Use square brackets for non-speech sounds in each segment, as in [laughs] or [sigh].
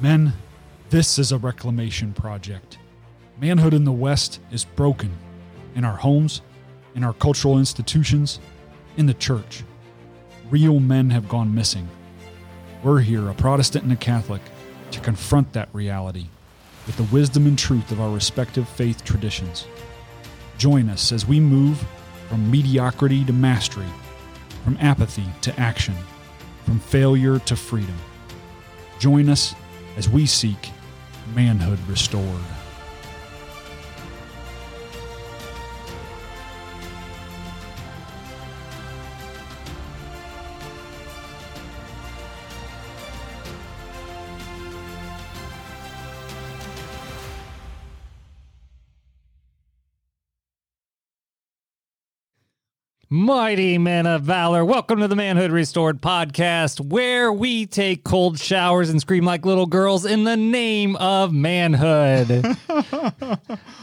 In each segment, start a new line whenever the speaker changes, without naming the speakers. Men, this is a reclamation project. Manhood in the West is broken in our homes, in our cultural institutions, in the church. Real men have gone missing. We're here, a Protestant and a Catholic, to confront that reality with the wisdom and truth of our respective faith traditions. Join us as we move from mediocrity to mastery, from apathy to action, from failure to freedom. Join us as we seek manhood restored.
Mighty men of valor, welcome to the Manhood Restored podcast, where we take cold showers and scream like little girls in the name
[laughs]
of manhood.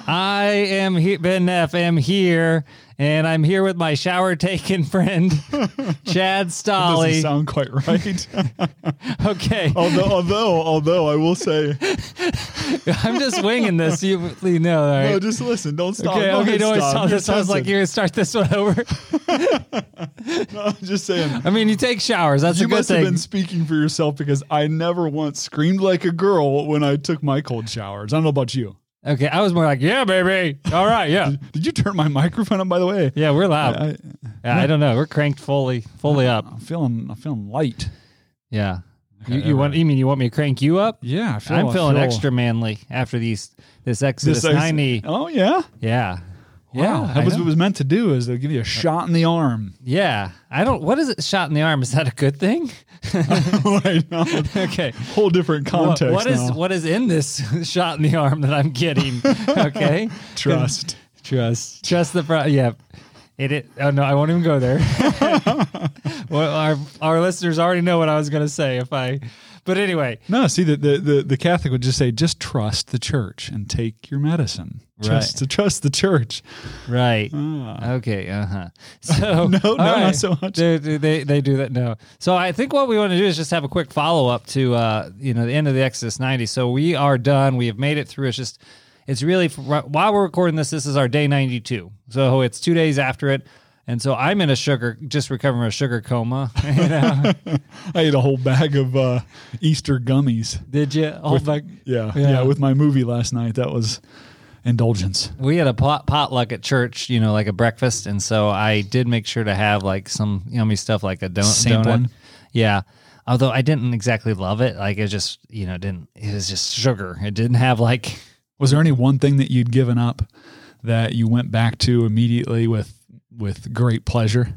I am he- Ben Neff, am here, and I'm here with my shower taking [laughs] friend,
[laughs]
Chad
Doesn't
Stolley.
sound quite right.
[laughs]
[laughs] okay,
although, although, although, I will say, [laughs]
I'm just winging this. You, you know, all right.
no, Oh, just listen. Don't stop.
Okay,
Don't
okay, no, I
stop.
saw
You're
this. I was like,
tempted.
you're going to start this
[laughs]
one over.
No, I'm just
[laughs]
saying.
I mean, you take showers. That's
You
a good
must
thing.
have been speaking for yourself because I never once screamed like a girl when I took my cold showers. I don't know about you.
Okay, I was more like, yeah, baby. All
[laughs]
right, yeah.
Did you turn my microphone up, by the way?
Yeah, we're loud.
I,
Yeah, I don't know. We're cranked fully, fully up.
I'm feeling, I'm feeling light.
Yeah. You, you want? You mean you want me to crank you up?
Yeah, I feel,
I'm
I
feeling
feel-
extra manly after these this Exodus
ex-
90.
Oh yeah,
Yeah.
wow.
Yeah. I
that was what
know.
it was meant to do is they'll give you a shot in the
[laughs]
arm. [laughs]
yeah. I don't. What is it? Shot in the arm? Is that a good thing?
right now,
okay.
whole different
What-
context.
what is
now.
what is in this [laughs] shot in the arm that
[laughs]
I'm getting? Okay.
trust?
Trust. Trust the pro- yeah. It, it oh no, I won't even go
[laughs]
there. [laughs] well, our our listeners already know what I was going to say if I But anyway,
No, see the, the the the Catholic would just say, just trust the church and take your medicine. Trust
Right.
to trust the church.
Right. Okay.
[laughs]
Uh huh. So
Ah. No, no,
all
not so much.
They, they- they they do that. No. So I think what we want to do is just have a quick follow up to uh you know the end of the Exodus ninety. So we are done. We have made it through. It's just it's really while we're recording this, this is our day ninety two. So it's two days after it. And so I'm in a sugar, just recovering from a
[laughs]
sugar coma. [laughs] You know?
I ate a whole bag of uh, Easter gummies.
Did you? Oh, my-
Yeah,
Yeah.
yeah, With my movie last night, that was indulgence.
we had a pot, potluck at church, you know, like a breakfast, and so I did make sure to have like some yummy stuff, like a don-
Sample
donut.
one?
Yeah, although I didn't exactly love it. Like it just, you know, didn't. It was just sugar. It didn't have like.
Was there any one thing that you'd given up that you went back to immediately with with great pleasure?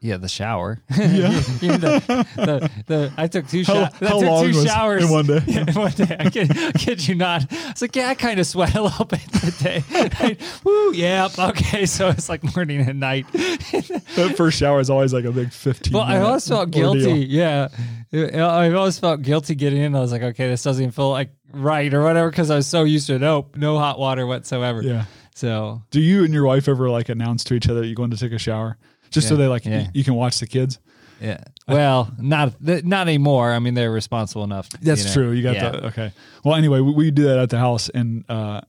Yeah, the shower. [laughs]
Yeah.
You know, the, the, the, I took two,
How-
showers. I
how
took
long
two
was it
showers
in one day?
[laughs] Yeah, in one day. I kid, I kid you not. It's like, yeah, I kind of sweat a little [laughs] bit today. I, [laughs] woo, yeah, okay. So it's like morning and night.
that first shower is always like a big fifteen.
Well, I
minute [laughs]
always felt
ordeal.
guilty. Yeah, I I always felt guilty getting in. I was like, okay, this doesn't even feel like right or whatever because I was so used to nope, no hot water whatsoever.
Yeah.
So
Do you and your wife ever like announce to each other that you're going to take a shower, just so
Yeah,
they like
yeah.
y- you can watch the kids?
yeah. Well, not th- not anymore. I mean, they're responsible enough.
That's
you know.
true. You got
Yeah.
that. Okay. Well, anyway, we, we do that at the house, and uh,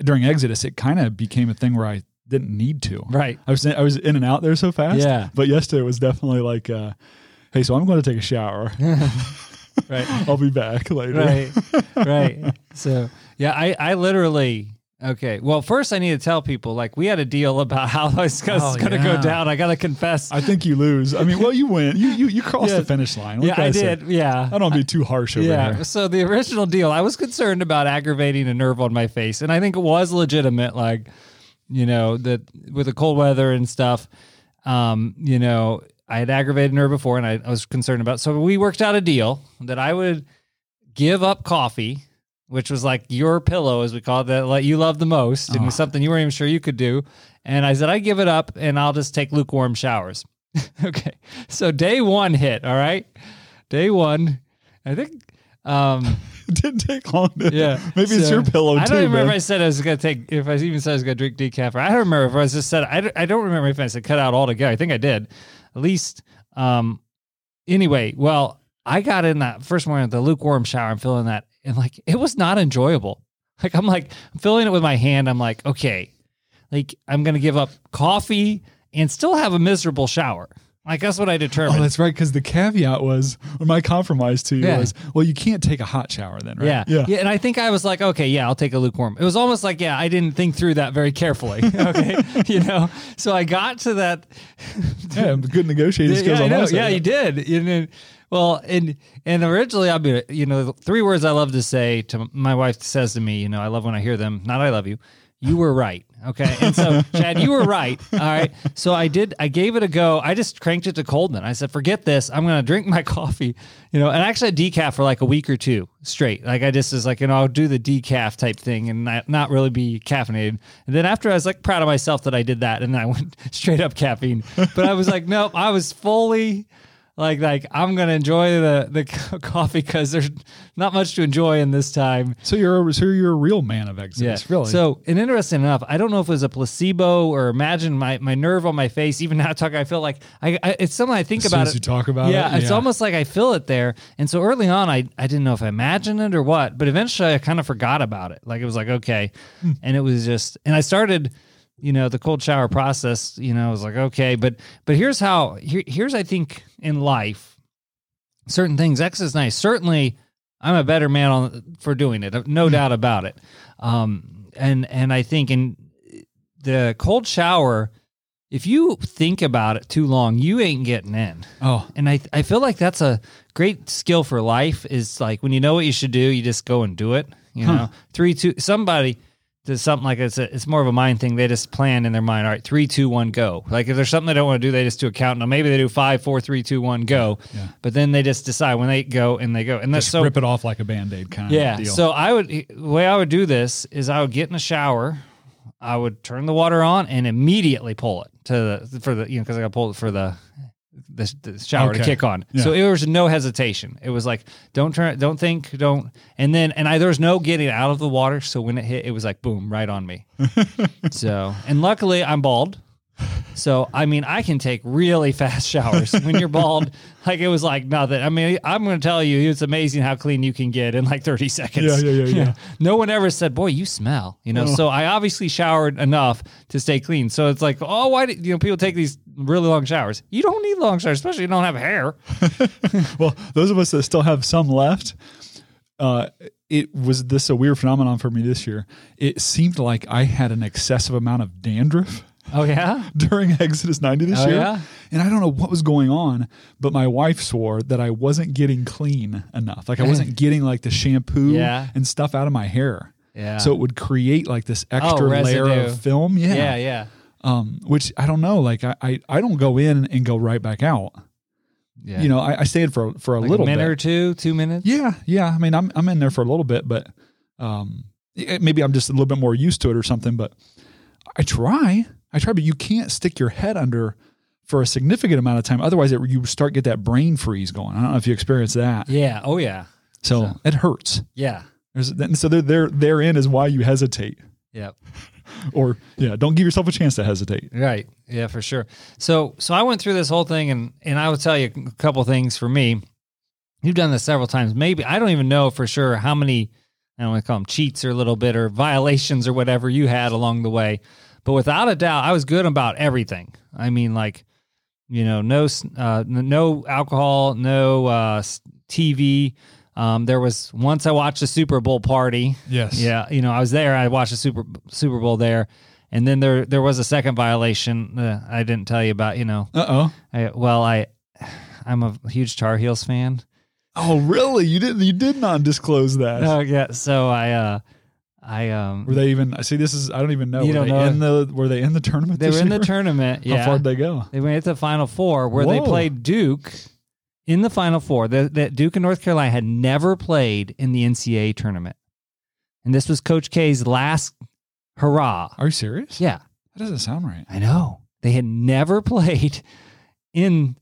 during Exodus, it kind of became a thing where I didn't need to.
Right.
[laughs] I was in, I was in and out there so fast.
Yeah.
But yesterday was definitely like, uh, hey, so I'm going to take a
[laughs]
shower.
Right.
I'll be back later.
right right so yeah i i literally okay well first i need to tell people like we had a deal about [laughs] how this is
Oh,
gonna go
yeah.
down i gotta confess
I think you lose. I mean, well, you win. You you you crossed
Yeah.
the finish line. What
yeah
can
i
say?
did yeah
I don't wanna be too harsh over
yeah.
here.
So the original deal, I was concerned about aggravating a nerve on my face, and I think it was legitimate. Like, you know, that with the cold weather and stuff, um, you know, I had aggravated a nerve before, and I, I was concerned about. So we worked out a deal that I would give up coffee, which was like your pillow, as we call it, that let you love the most,
Ah.
and was something you weren't even sure you could do. And I said, I give it up, and I'll just take lukewarm showers. [laughs] okay, so day one hit. All right, day one. I think. Um,
It didn't take long. To,
yeah,
[laughs] Maybe it's
So-
your pillow
I
too.
don't even remember
man.
if I said I was gonna take. If I even said I was gonna drink decaf, or I don't remember if I was just said. I don't, I don't remember if I said cut out altogether. I think I did. At least, um, anyway. Well, I got in that first morning with the lukewarm shower. I'm feeling that and like it was not enjoyable. Like I'm like I'm filling it with my hand. I'm like, okay, like I'm gonna give up coffee and still have a miserable shower. Like that's what I
Oh,
determined.
that's right. Because the caveat was, or my compromise to you
Yeah.
was, well, you can't take a hot shower then, right?
yeah.
Yeah.
yeah, And I think I was like, okay, yeah, I'll take a lukewarm. It was almost like, yeah, I didn't think through that very [laughs] carefully. Okay, you know. So I got to that
Yeah, good negotiating
Yeah,
skills
yeah, I
on
know.
my side.
Yeah, you did. You know, well, and and originally, I mean, you know, the three words I love to say to my wife says to me, you know, I love when I hear them. Not I love you. You were right. Okay. And [laughs] so, Chad, you were right. All right. So I did. I gave it a go. I just cranked it to Coldman. I said, forget this. I'm going to drink my [laughs] coffee. You know, and I actually had decaf for like a week or two straight. Like I just was like, you know, I'll do the decaf type thing and not, not really be caffeinated. And then after I was like proud of myself that I did that, and I [laughs] went straight up caffeine. But I was like, nope. I was fully like like I'm gonna enjoy the the [laughs] co- coffee because there's not much to enjoy in this time.
So you're a, so you're a real man of Exodus, really.
So, and interesting enough, I don't know if it was a placebo or imagine my my nerve on my face. Even now talking, I feel like I, I it's something I think
as soon
about.
as
it-
you talk about
yeah,
it,
it's almost like I feel it there. And so early on, I, I didn't know if I imagined it or what, but eventually I kind of forgot about it. Like it was like, okay.
Hmm.
And it was just, and I started, you know, the cold shower process, you know, I was like, okay, but, but here's how, here, here's, I think in life, certain things, X is nice. Certainly I'm a better man on, for doing it. No
Hmm.
doubt about it. Um, and, and I think in the cold shower, if you think about it too long, you ain't getting in
Oh,
and I I feel like that's a great skill for life is like when you know what you should do, you just go and do it. You
Huh.
know, three two somebody does something like it's a, it's more of a mind thing. They just plan in their mind. All right, three two one go. Like if there's something they don't want to do, they just do a count. Now maybe they do five four three two one go.
Yeah.
But then they just decide when they go and they go, and that's
just
so
rip it off like a band aid kind
yeah.
of deal.
So I would the way I would do this is I would get in a shower, I would turn the water on and immediately pull it to the for the you know because I got pulled for the the, the shower to
Okay.
kick on. So it was no hesitation. It was like don't turn, don't think, don't, and then and I there was no getting out of the water. So when it hit, it was like boom, right
[laughs]
on me. so and luckily I'm bald. So I mean, I can take really [laughs] fast showers when
[laughs]
you're bald. Like it was like nothing. I mean, I'm going to tell you, it's amazing how clean you can get in like 30 seconds.
Yeah, yeah, yeah, yeah.
[laughs]
Oh.
No one ever said, "Boy, you smell," you know. So I obviously showered enough to stay clean. So it's like, oh, why do you know people take these really long showers? You don't need long showers, especially if you don't have hair.
well, those of us that still have some left, uh, it was this a weird phenomenon for me this year. It seemed like I had an excessive amount of dandruff
Oh yeah,
[laughs] during Exodus 90 this
Oh,
year.
yeah?
And I don't know what was going on, but my wife swore that I wasn't getting clean enough. Like I
[laughs]
wasn't getting like the shampoo
Yeah.
and stuff out of my hair.
Yeah. Oh,
So it would create like this extra layer
residue.
of film. Yeah.
yeah, yeah,
Um, which I don't know. Like I, I, I don't go in and go right back out.
yeah.
You know, I, I stayed for for a
Like
little
a minute
bit.
or two, two minutes.
Yeah, yeah. I mean, I'm I'm in there for a little bit, but um, it- maybe I'm just a little bit more used to it or something. But I try, I try, but you can't stick your head under for a significant amount of time. Otherwise, it, you start get that brain freeze going. I don't know if you experience that.
Yeah. Oh yeah.
So, it hurts.
Yeah.
There's, and so there, there, therein is why you hesitate,
Yep.
or yeah, don't give yourself a chance to hesitate.
Right. Yeah, for sure. So so I went through this whole thing and and I will tell you a couple things for me. You've done this several times. Maybe I don't even know for sure how many I don't want to call them cheats or a little bit or violations or whatever you had along the way. But without a doubt, I was good about everything. I mean, like, you know, no, s- uh, n- no alcohol, no uh, s- TV. Um, there was once I watched a Super Bowl party.
Yes.
Yeah, you know, I was there. I watched the Super Super Bowl there, and then there there was a second violation uh, I didn't tell you about. You know,
Uh oh.
I, well, I I'm a huge Tar Heels fan.
Oh really? You didn't? You did not disclose that.
Oh yeah, so I uh I um
Were they even? I see. This is. I don't even know.
You
were
don't
they
know.
in the? Were they in the tournament?
they
this
were in the
year?
tournament. Yeah,
How far would they go?
They went to the Final Four where they
Whoa.
played Duke in the Final Four. That that Duke and North Carolina had never played in the NCAA tournament, and this was Coach K's last hurrah.
Are you serious?
Yeah,
That doesn't sound right.
I know they had never [laughs] played in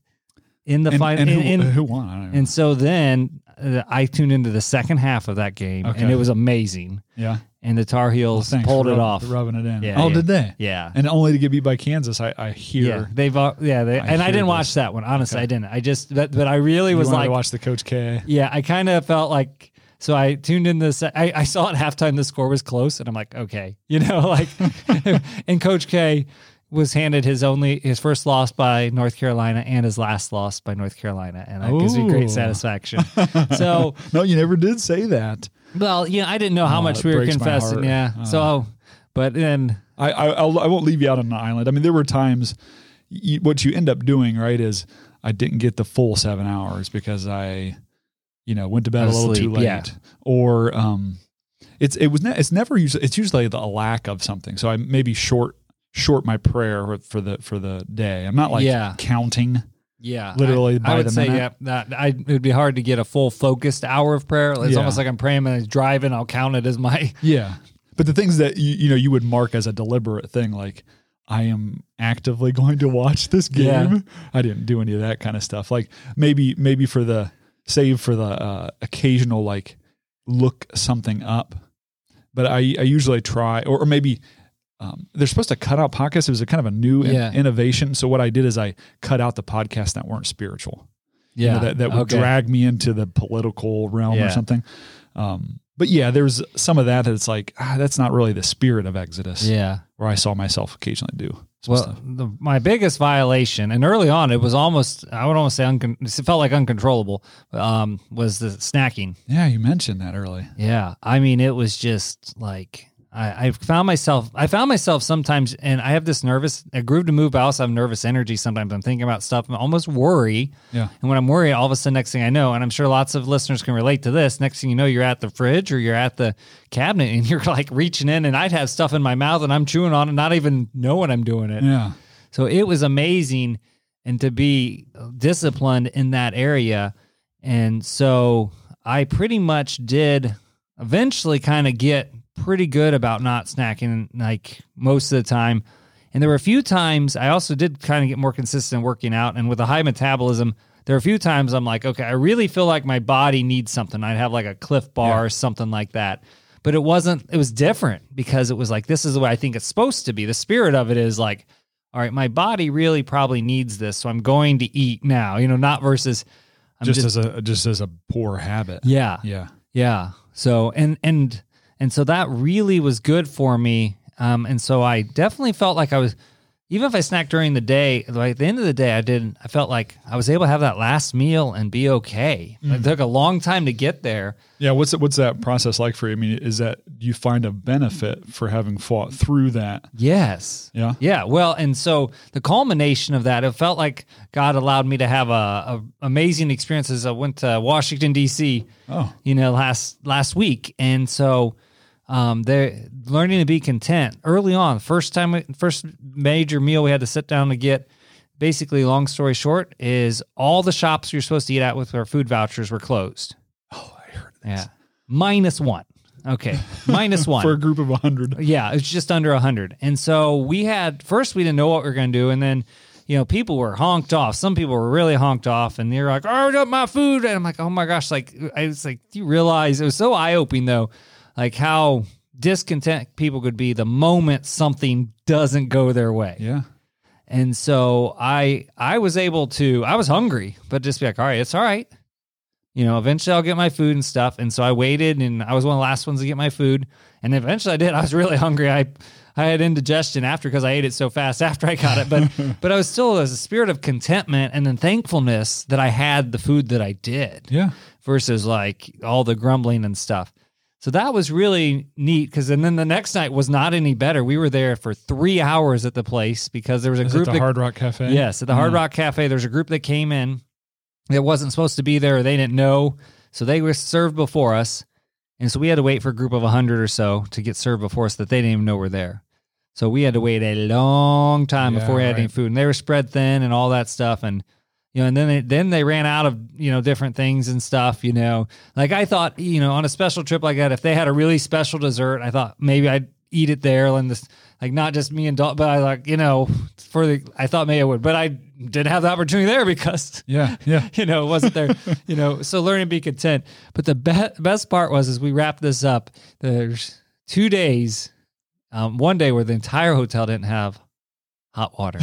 in the
and,
final.
and
in,
who, uh,
in-
who won? I don't even-
and so then uh, I tuned into the second half of that game, and
Okay.
it was amazing.
yeah.
And the Tar Heels
Thanks
pulled
for
it
rubbing-
off.
Rubbing it in.
Yeah,
oh,
yeah.
did they?
Yeah.
And only to get beat by Kansas, I, I
Yeah,
hear.
they've all, yeah, they,
I
and
hear
I didn't
this.
watch that one. Honestly,
Okay.
I didn't. I just, but, but I really
You
was
wanted
like,
to watch the Coach K.
Yeah, I kind of felt like So I tuned in this. I, I saw at halftime the score was close, and I'm like, okay, [laughs] you know, like, and Coach K was handed his only his first loss by North Carolina and his last loss by North Carolina, and that gives me
Ooh. [laughs]
great satisfaction. so,
No, you never did say that.
well, yeah, I didn't know how
Oh,
much
it
we were
breaks my
confessing.
heart. Uh-huh.
Yeah. so, but then
I, I I'll, I won't leave you out on an island. I mean, there were times. You, what you end up doing, right, is I didn't get the full seven hours because I, you know, went to bed a
was
little too
asleep,
late,
yeah.
or um, it's it was ne- it's never usually it's usually the lack of something. So I maybe short short my prayer for the for the day. I'm not like
Yeah.
counting.
Yeah,
Literally
I,
by
I would
the
say,
minute.
yeah, that I it'd be hard to get a full focused hour of prayer. It's
Yeah.
almost like I'm praying and I'm driving. I'll count it as my
Yeah. But the things that you, you know you would mark as a deliberate thing, like I am actively [laughs] going to watch this game.
Yeah.
I didn't do any of that kind of stuff. Like maybe maybe for the save for the uh, occasional like look something up, but I I usually try or, or maybe. Um, they're supposed to cut out podcasts. It was a kind of a new in-
Yeah.
innovation. So what I did is I cut out the podcasts that weren't spiritual you
yeah
know, that, that would
Okay.
drag me into the political realm
Yeah.
or something. Um, but yeah, there's some of that that's like, ah, that's not really the spirit of Exodus
Yeah.
where I saw myself occasionally do. some
Well,
stuff.
the, my biggest violation, and early on, it was almost I would almost say uncon- it felt like uncontrollable. Um, was the snacking?
yeah, you mentioned that early.
Yeah, I mean, it was just like I, I found myself. I found myself sometimes, and I have this nervous. I groove to move, but I also have nervous energy. Sometimes I'm thinking about stuff. and almost worry.
Yeah.
And when I'm worried, all of a sudden, next thing I know, and I'm sure lots of listeners can relate to this. Next thing you know, you're at the fridge or you're at the cabinet, and [laughs] you're like reaching in, and I'd have stuff in my mouth, and I'm chewing on, it, not even knowing I'm doing it.
Yeah.
So it was amazing and to be disciplined in that area. And so I pretty much did eventually kind of get pretty good about not snacking like most of the time. And there were a few times I also did kind of get more consistent working out. And with a high metabolism, there are a few times I'm like, okay, I really feel like my body needs something. I'd have like a cliff bar or something like that. But it wasn't, it was different because it was like, this is the way I think it's supposed to be. The spirit of it is like, all right, my body really probably needs this. So I'm going to eat now, you know, not versus I'm
just, as a just as a poor habit.
yeah,
Yeah.
yeah. So and and and so that really was good for me. Um, and so I definitely felt like I was, even if I snacked during the day, like at the end of the day, I didn't. I felt like I was able to have that last meal and be okay. It took a long time to get there.
Yeah. What's what's that process like for you? I mean, is that do you find a benefit for having fought through that?
Yes.
Yeah.
Yeah. Well, and so the culmination of that, it felt like God allowed me to have a, a amazing experiences. I went to Washington D.C.
Oh.
you know last last week, and so um, they're learning to be content early on. First time, we- first major meal we had to sit down to get. Basically, long story short, is all the shops you're supposed to eat at with our food vouchers were closed.
Oh, I heard that.
Yeah, minus one. Okay,
[laughs]
minus one
For a group of a hundred.
yeah, it's just under 100. And so we had first we didn't know what we were going to do and then you know, people were honked off. Some people were really honked off and they're like, "I got my food." And I'm like, "Oh my gosh, like I was like, do you realize it was so eye-opening though, like how discontent people could be the moment something doesn't go their way."
Yeah.
And so I I was able to I was hungry, but just be like, all right, it's all right. You know, eventually I'll get my food and stuff. And so I waited and I was one of the last ones to get my food. And eventually I did. [laughs] I was really hungry. I I had indigestion after because I ate it so fast after I got it. But but I was still there's a spirit of contentment and then thankfulness that I had the food that I did
Yeah.
versus like all the grumbling and stuff. So that was really neat because and then the next night was not any better. We were there for three hours at the place because there was a
Is it
group
the
that-
Hard Rock Mm. Cafe?
Yes, at the Hard Rock Cafe, there's a group that came in that wasn't supposed to be there. Or they didn't know, so they were served before us, and so we had to wait for a group of hundred or so to get served before us that they didn't even know were there. So we had to wait a long time
Yeah,
before we had any
right.
food, and they were spread thin and all that stuff, and you know, and then they, then they ran out of you know different things and stuff. You know, like I thought, you know, on a special trip like that, if they had a really special dessert, I thought maybe I'd eat it there and this like not just me and Dal, but I like you know for the I thought maybe I would, but I didn't have the opportunity there [laughs] because
Yeah. Yeah.
[laughs] you know, it wasn't there, you know, so learn to be content. But the be- best part was, as we wrap this up, there's two days, um, one day where the entire hotel didn't have hot water.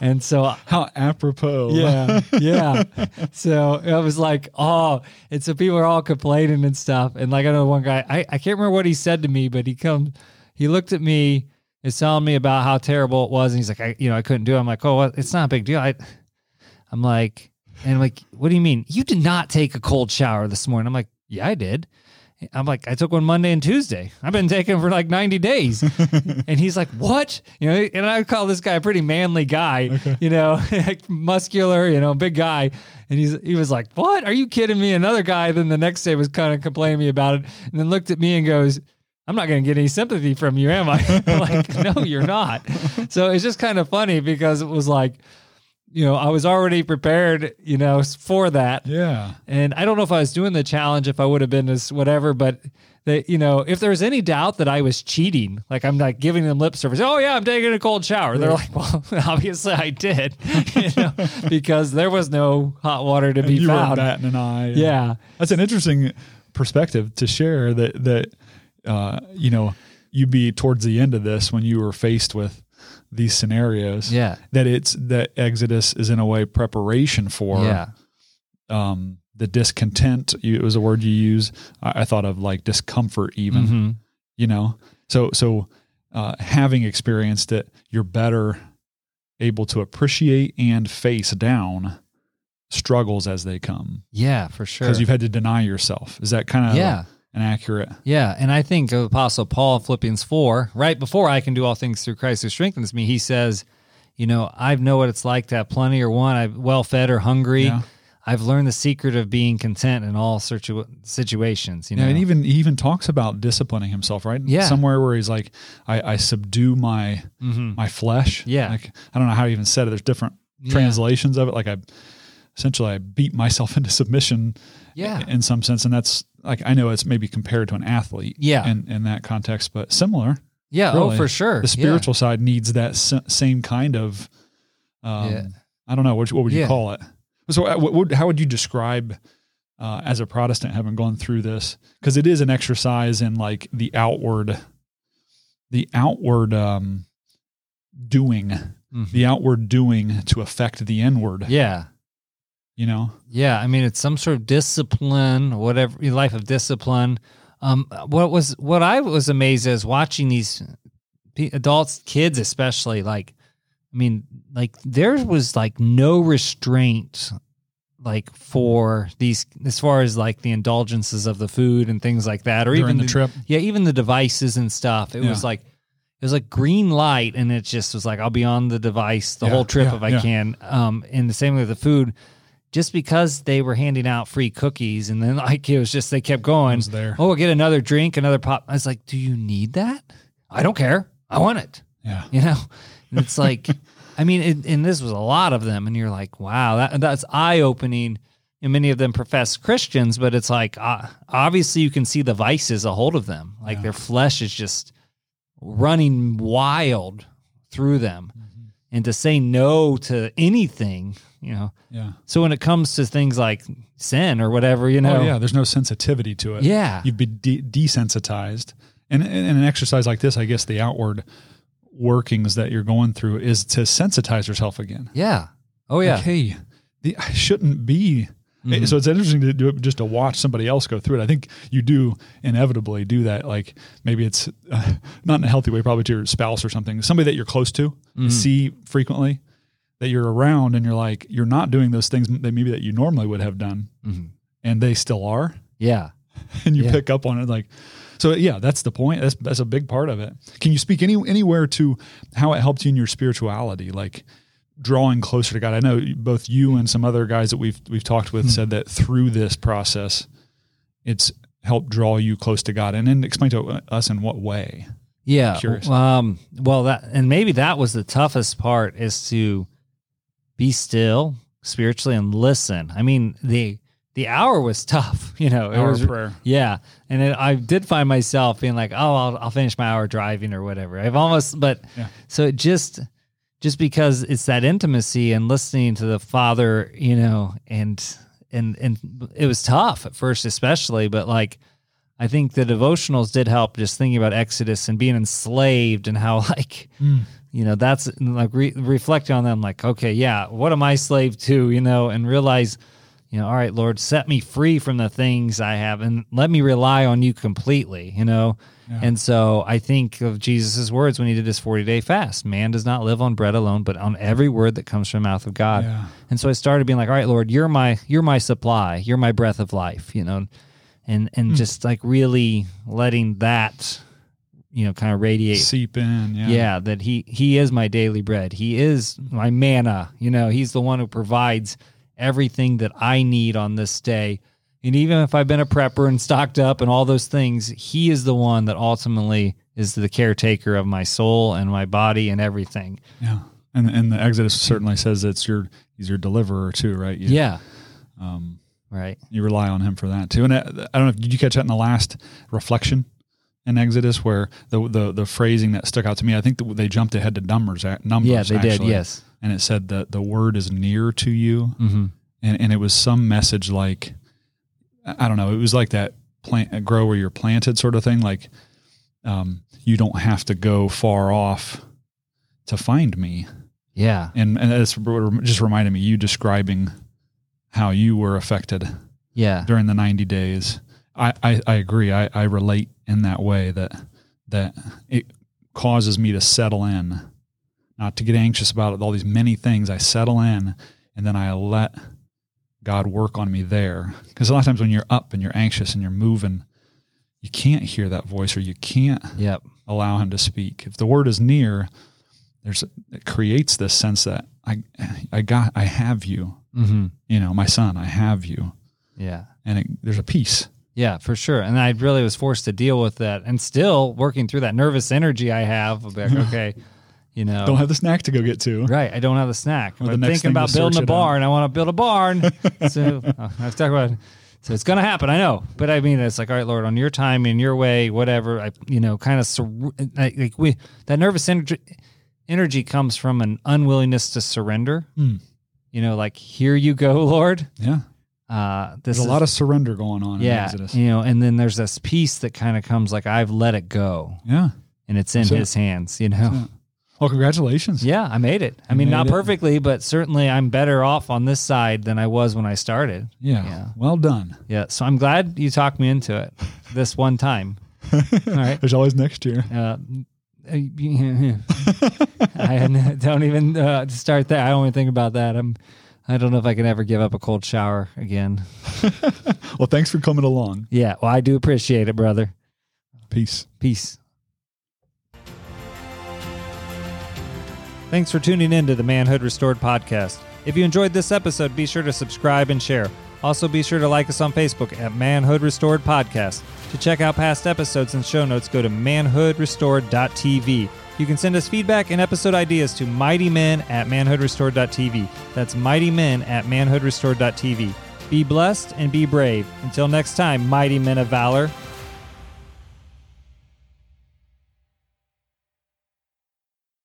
And so
How [laughs] apropos.
[laughs] yeah, yeah. So it was like, oh, and so people are all complaining and stuff. And like I know one guy, I, I can't remember what he said to me, but he comes, he looked at me, is telling me about how terrible it was, and he's like, I, you know, I couldn't do it. I'm like, oh, well, it's not a big deal. I, I'm like, and I'm like, what do you mean? You did not take a cold shower this morning? I'm like, yeah, I did. I'm like, I took one Monday and Tuesday. I've been taking for like 90 days. and he's like, what? You know, and I call this guy a pretty manly guy, you know, [laughs] like muscular, you know, big guy. And he's, he was like, what? Are you kidding me? Another guy then the next day was kind of complaining to me about it and then looked at me and goes, I'm not going to get any sympathy from you, am I? [laughs] I'm like, no, you're not. So it's just kind of funny because it was like, you know, I was already prepared, you know, for that.
Yeah.
And I don't know if I was doing the challenge, if I would have been as whatever, but that, you know, if there was any doubt that I was cheating, like I'm like giving them lip service, oh yeah, I'm taking a cold shower. They're like, well, [laughs] obviously I did, [laughs] you
[laughs]
know, because there was no hot water to be
You were
found.
batting an eye.
Yeah.
That's an interesting perspective to share that that uh, you know, you'd be towards the end of this when you were faced with these scenarios.
Yeah.
That it's that Exodus is in a way preparation for
yeah.
um the discontent. You, it was a word you use. I, I thought of like discomfort even,
hmm
you know. So so uh having experienced it, you're better able to appreciate and face down struggles as they come
Yeah, for sure.
because you've had to deny yourself. Is that kind of
yeah.
an accurate?
Yeah, and I think of Apostle Paul in Philippians 4, right before I can do all things through Christ who strengthens me, he says, You know, I know what it's like to have plenty or want, I've well fed or hungry.
Yeah.
I've learned the secret of being content in all situ- situations. You
Yeah,
know,
and even he even talks about disciplining himself, right?
Yeah.
Somewhere where he's like, I, I subdue my
Mhm.
my flesh.
Yeah.
Like I don't know how he even said it. There's different translations of it. Like I essentially I beat myself [laughs] into submission
yeah,
in some sense. And that's like I know it's maybe compared to an athlete
Yeah.
in, in that context, but similar.
yeah, oh
really,
for sure.
The spiritual side needs that s- same kind of um,
Yeah.
I don't know what, what would you
Yeah.
call it. So, uh, what, would how would you describe uh, as a Protestant having gone through this? Because it is an exercise in like the outward, the outward um, doing,
Mhm.
the outward doing to affect the inward.
Yeah. yeah,
You know,
yeah. I mean, it's some sort of discipline, whatever your life of discipline. Um, what was what I was amazed as watching these pe- adults, kids especially, like, I mean, like there was like no restraint, like for these as far as like the indulgences of the food and things like that, or
during
even
the trip.
Yeah, even the devices and stuff. It
Yeah.
was like it was like green light, and it just was like I'll be on the device the
Yeah,
whole trip
yeah,
if I
yeah.
can. Um, and the same with the food, just because they were handing out free cookies, and then [laughs] like it was just they kept
I
going.
was there.
Oh, we'll get another drink, another pop. I was like, do you need that? I don't care. I want it. [laughs]
Yeah.
You know, and it's like, I mean, it, and this was a lot of them, and you're like, wow, that that's eye opening. And many of them profess Christians, but it's like uh, obviously you can see the vices a hold of them. Like
Yeah.
their flesh is just running wild through them, and to say no to anything, you know.
Yeah.
So when it comes to things like sin or whatever, you know,
Oh, yeah. There's no sensitivity to it.
yeah,
you've been de- desensitized and in an exercise like this i guess the outward workings that you're going through is to sensitize yourself again
yeah, oh yeah,
like, hey the, i shouldn't be
Mhm.
so it's interesting to do it just to watch somebody else go through it i think you do inevitably do that like maybe it's uh, not in a healthy way probably to your spouse or something somebody that you're close to
Mm-hmm.
you see frequently that you're around and you're like you're not doing those things that maybe that you normally would have done
Mhm.
and they still are
yeah.
[laughs] and you
Yeah.
pick up on it like so yeah that's the point that's that's a big part of it can you speak any anywhere to how it helped you in your spirituality like drawing closer to god i know both you and some other guys that we've we've talked
Hmm.
with said that through this process it's helped draw you close to god and then explain to us in what way
Yeah.
Curious.
Um, well, that and maybe that was the toughest part is to be still spiritually and listen. I mean the the hour was tough. [laughs] You know, it
Hour
was
prayer
yeah, and it, I did find myself being like, oh, I'll, I'll finish my hour driving or whatever. I've almost, but
Yeah.
so it just just because it's that intimacy and listening to the Father, you know, and and and it was tough at first, especially, but like I think the devotionals did help just thinking about Exodus and being enslaved and how [laughs] like you know that's like re- reflecting on them like okay yeah what am I slave to you know and realize you know all right Lord set me free from the things I have and let me rely on you completely you know and so I think of Jesus' words when he did his 40 day fast man does not live on bread alone but on every word that comes from the mouth of God
Yeah.
and so I started being like all right Lord you're my you're my supply you're my breath of life you know and and just like really letting that you know kind of radiate
Seep in. Yeah.
yeah. that he he is my daily bread he is my manna you know he's the one who provides everything that i need on this day and even if i've been a prepper and stocked up and all those things he is the one that ultimately is the caretaker of my soul and my body and everything
Yeah. And and the Exodus certainly says it's your he's your deliverer too, right? You,
yeah,
Um,
right
you rely on him for that too. And I, I don't know. if- Did you catch that in the last reflection in Exodus where the the, the phrasing that stuck out to me? I think that they jumped ahead to numbers. ac- Numbers.
yeah they did
actually.
yes
And it said that the word is near to you,
mm-hmm.
and and it was some message like I I don't know. It was like that plant grow where you're planted sort of thing. Like um, you don't have to go far off to find me
yeah
and and it's just reminded me you describing how you were affected
yeah
during the 90 days i i, I agree I, I relate in that way that that it causes me to settle in not to get anxious about all these many things i settle in and then i let god work on me there because a lot of times when you're up and you're anxious and you're moving you can't hear that voice or you can't
yep
allow him to speak. If the word is near, there's it creates this sense that I I got I have you.
mm-hmm.
You know, my son, I have you.
yeah
And it, there's a peace.
Yeah, for sure. And I really was forced to deal with that and still working through that nervous energy I have.
[laughs]
of like, okay, you know,
Don't have the snack to go get to.
Um, right. I don't have the snack.
Or the
I'm
next
thinking
thing to
about building
search it
a
out.
barn. I want to build
[laughs]
a barn. so uh, I've talked about So it's going to happen. I know. But I mean, it's like, all right, Lord, on your time, in your way, whatever, I, you know, kind of sur- like like we, that nervous energy, energy comes from an unwillingness to surrender.
Hmm.
You know, like, here you go, Lord.
Yeah.
Uh, this
There's a
is-
lot of surrender going on in
yeah,
Exodus.
you know, and then there's this piece that kind of comes like I've let it go,
Yeah.
and it's in
That's it.
His hands. You know,
Well, congratulations.
[laughs] yeah, I made it. I mean,
made
not
it.
perfectly, but certainly I'm better off on this side than I was when I started.
Yeah.
Yeah.
Well done.
Yeah, so I'm glad you talked me into
[laughs]
it this one time. All right.
There's always next year.
Uh, [laughs] I don't even uh, start that. I don't even think about that. I'm. I don't know if I can ever give up a cold shower again.
Well, thanks for coming along.
Yeah. Well, I do appreciate it, brother.
Peace.
Peace. Thanks for tuning in to the Manhood Restored podcast. If you enjoyed this episode, be sure to subscribe and share. Also, be sure to like us on Facebook at Manhood Restored Podcast. To check out past episodes and show notes, go to manhoodrestored.tv. You can send us feedback and episode ideas to mightymen at manhoodrestored.tv. That's mightymen at manhoodrestored.tv. Be blessed and be brave. Until next time, mighty men of valor.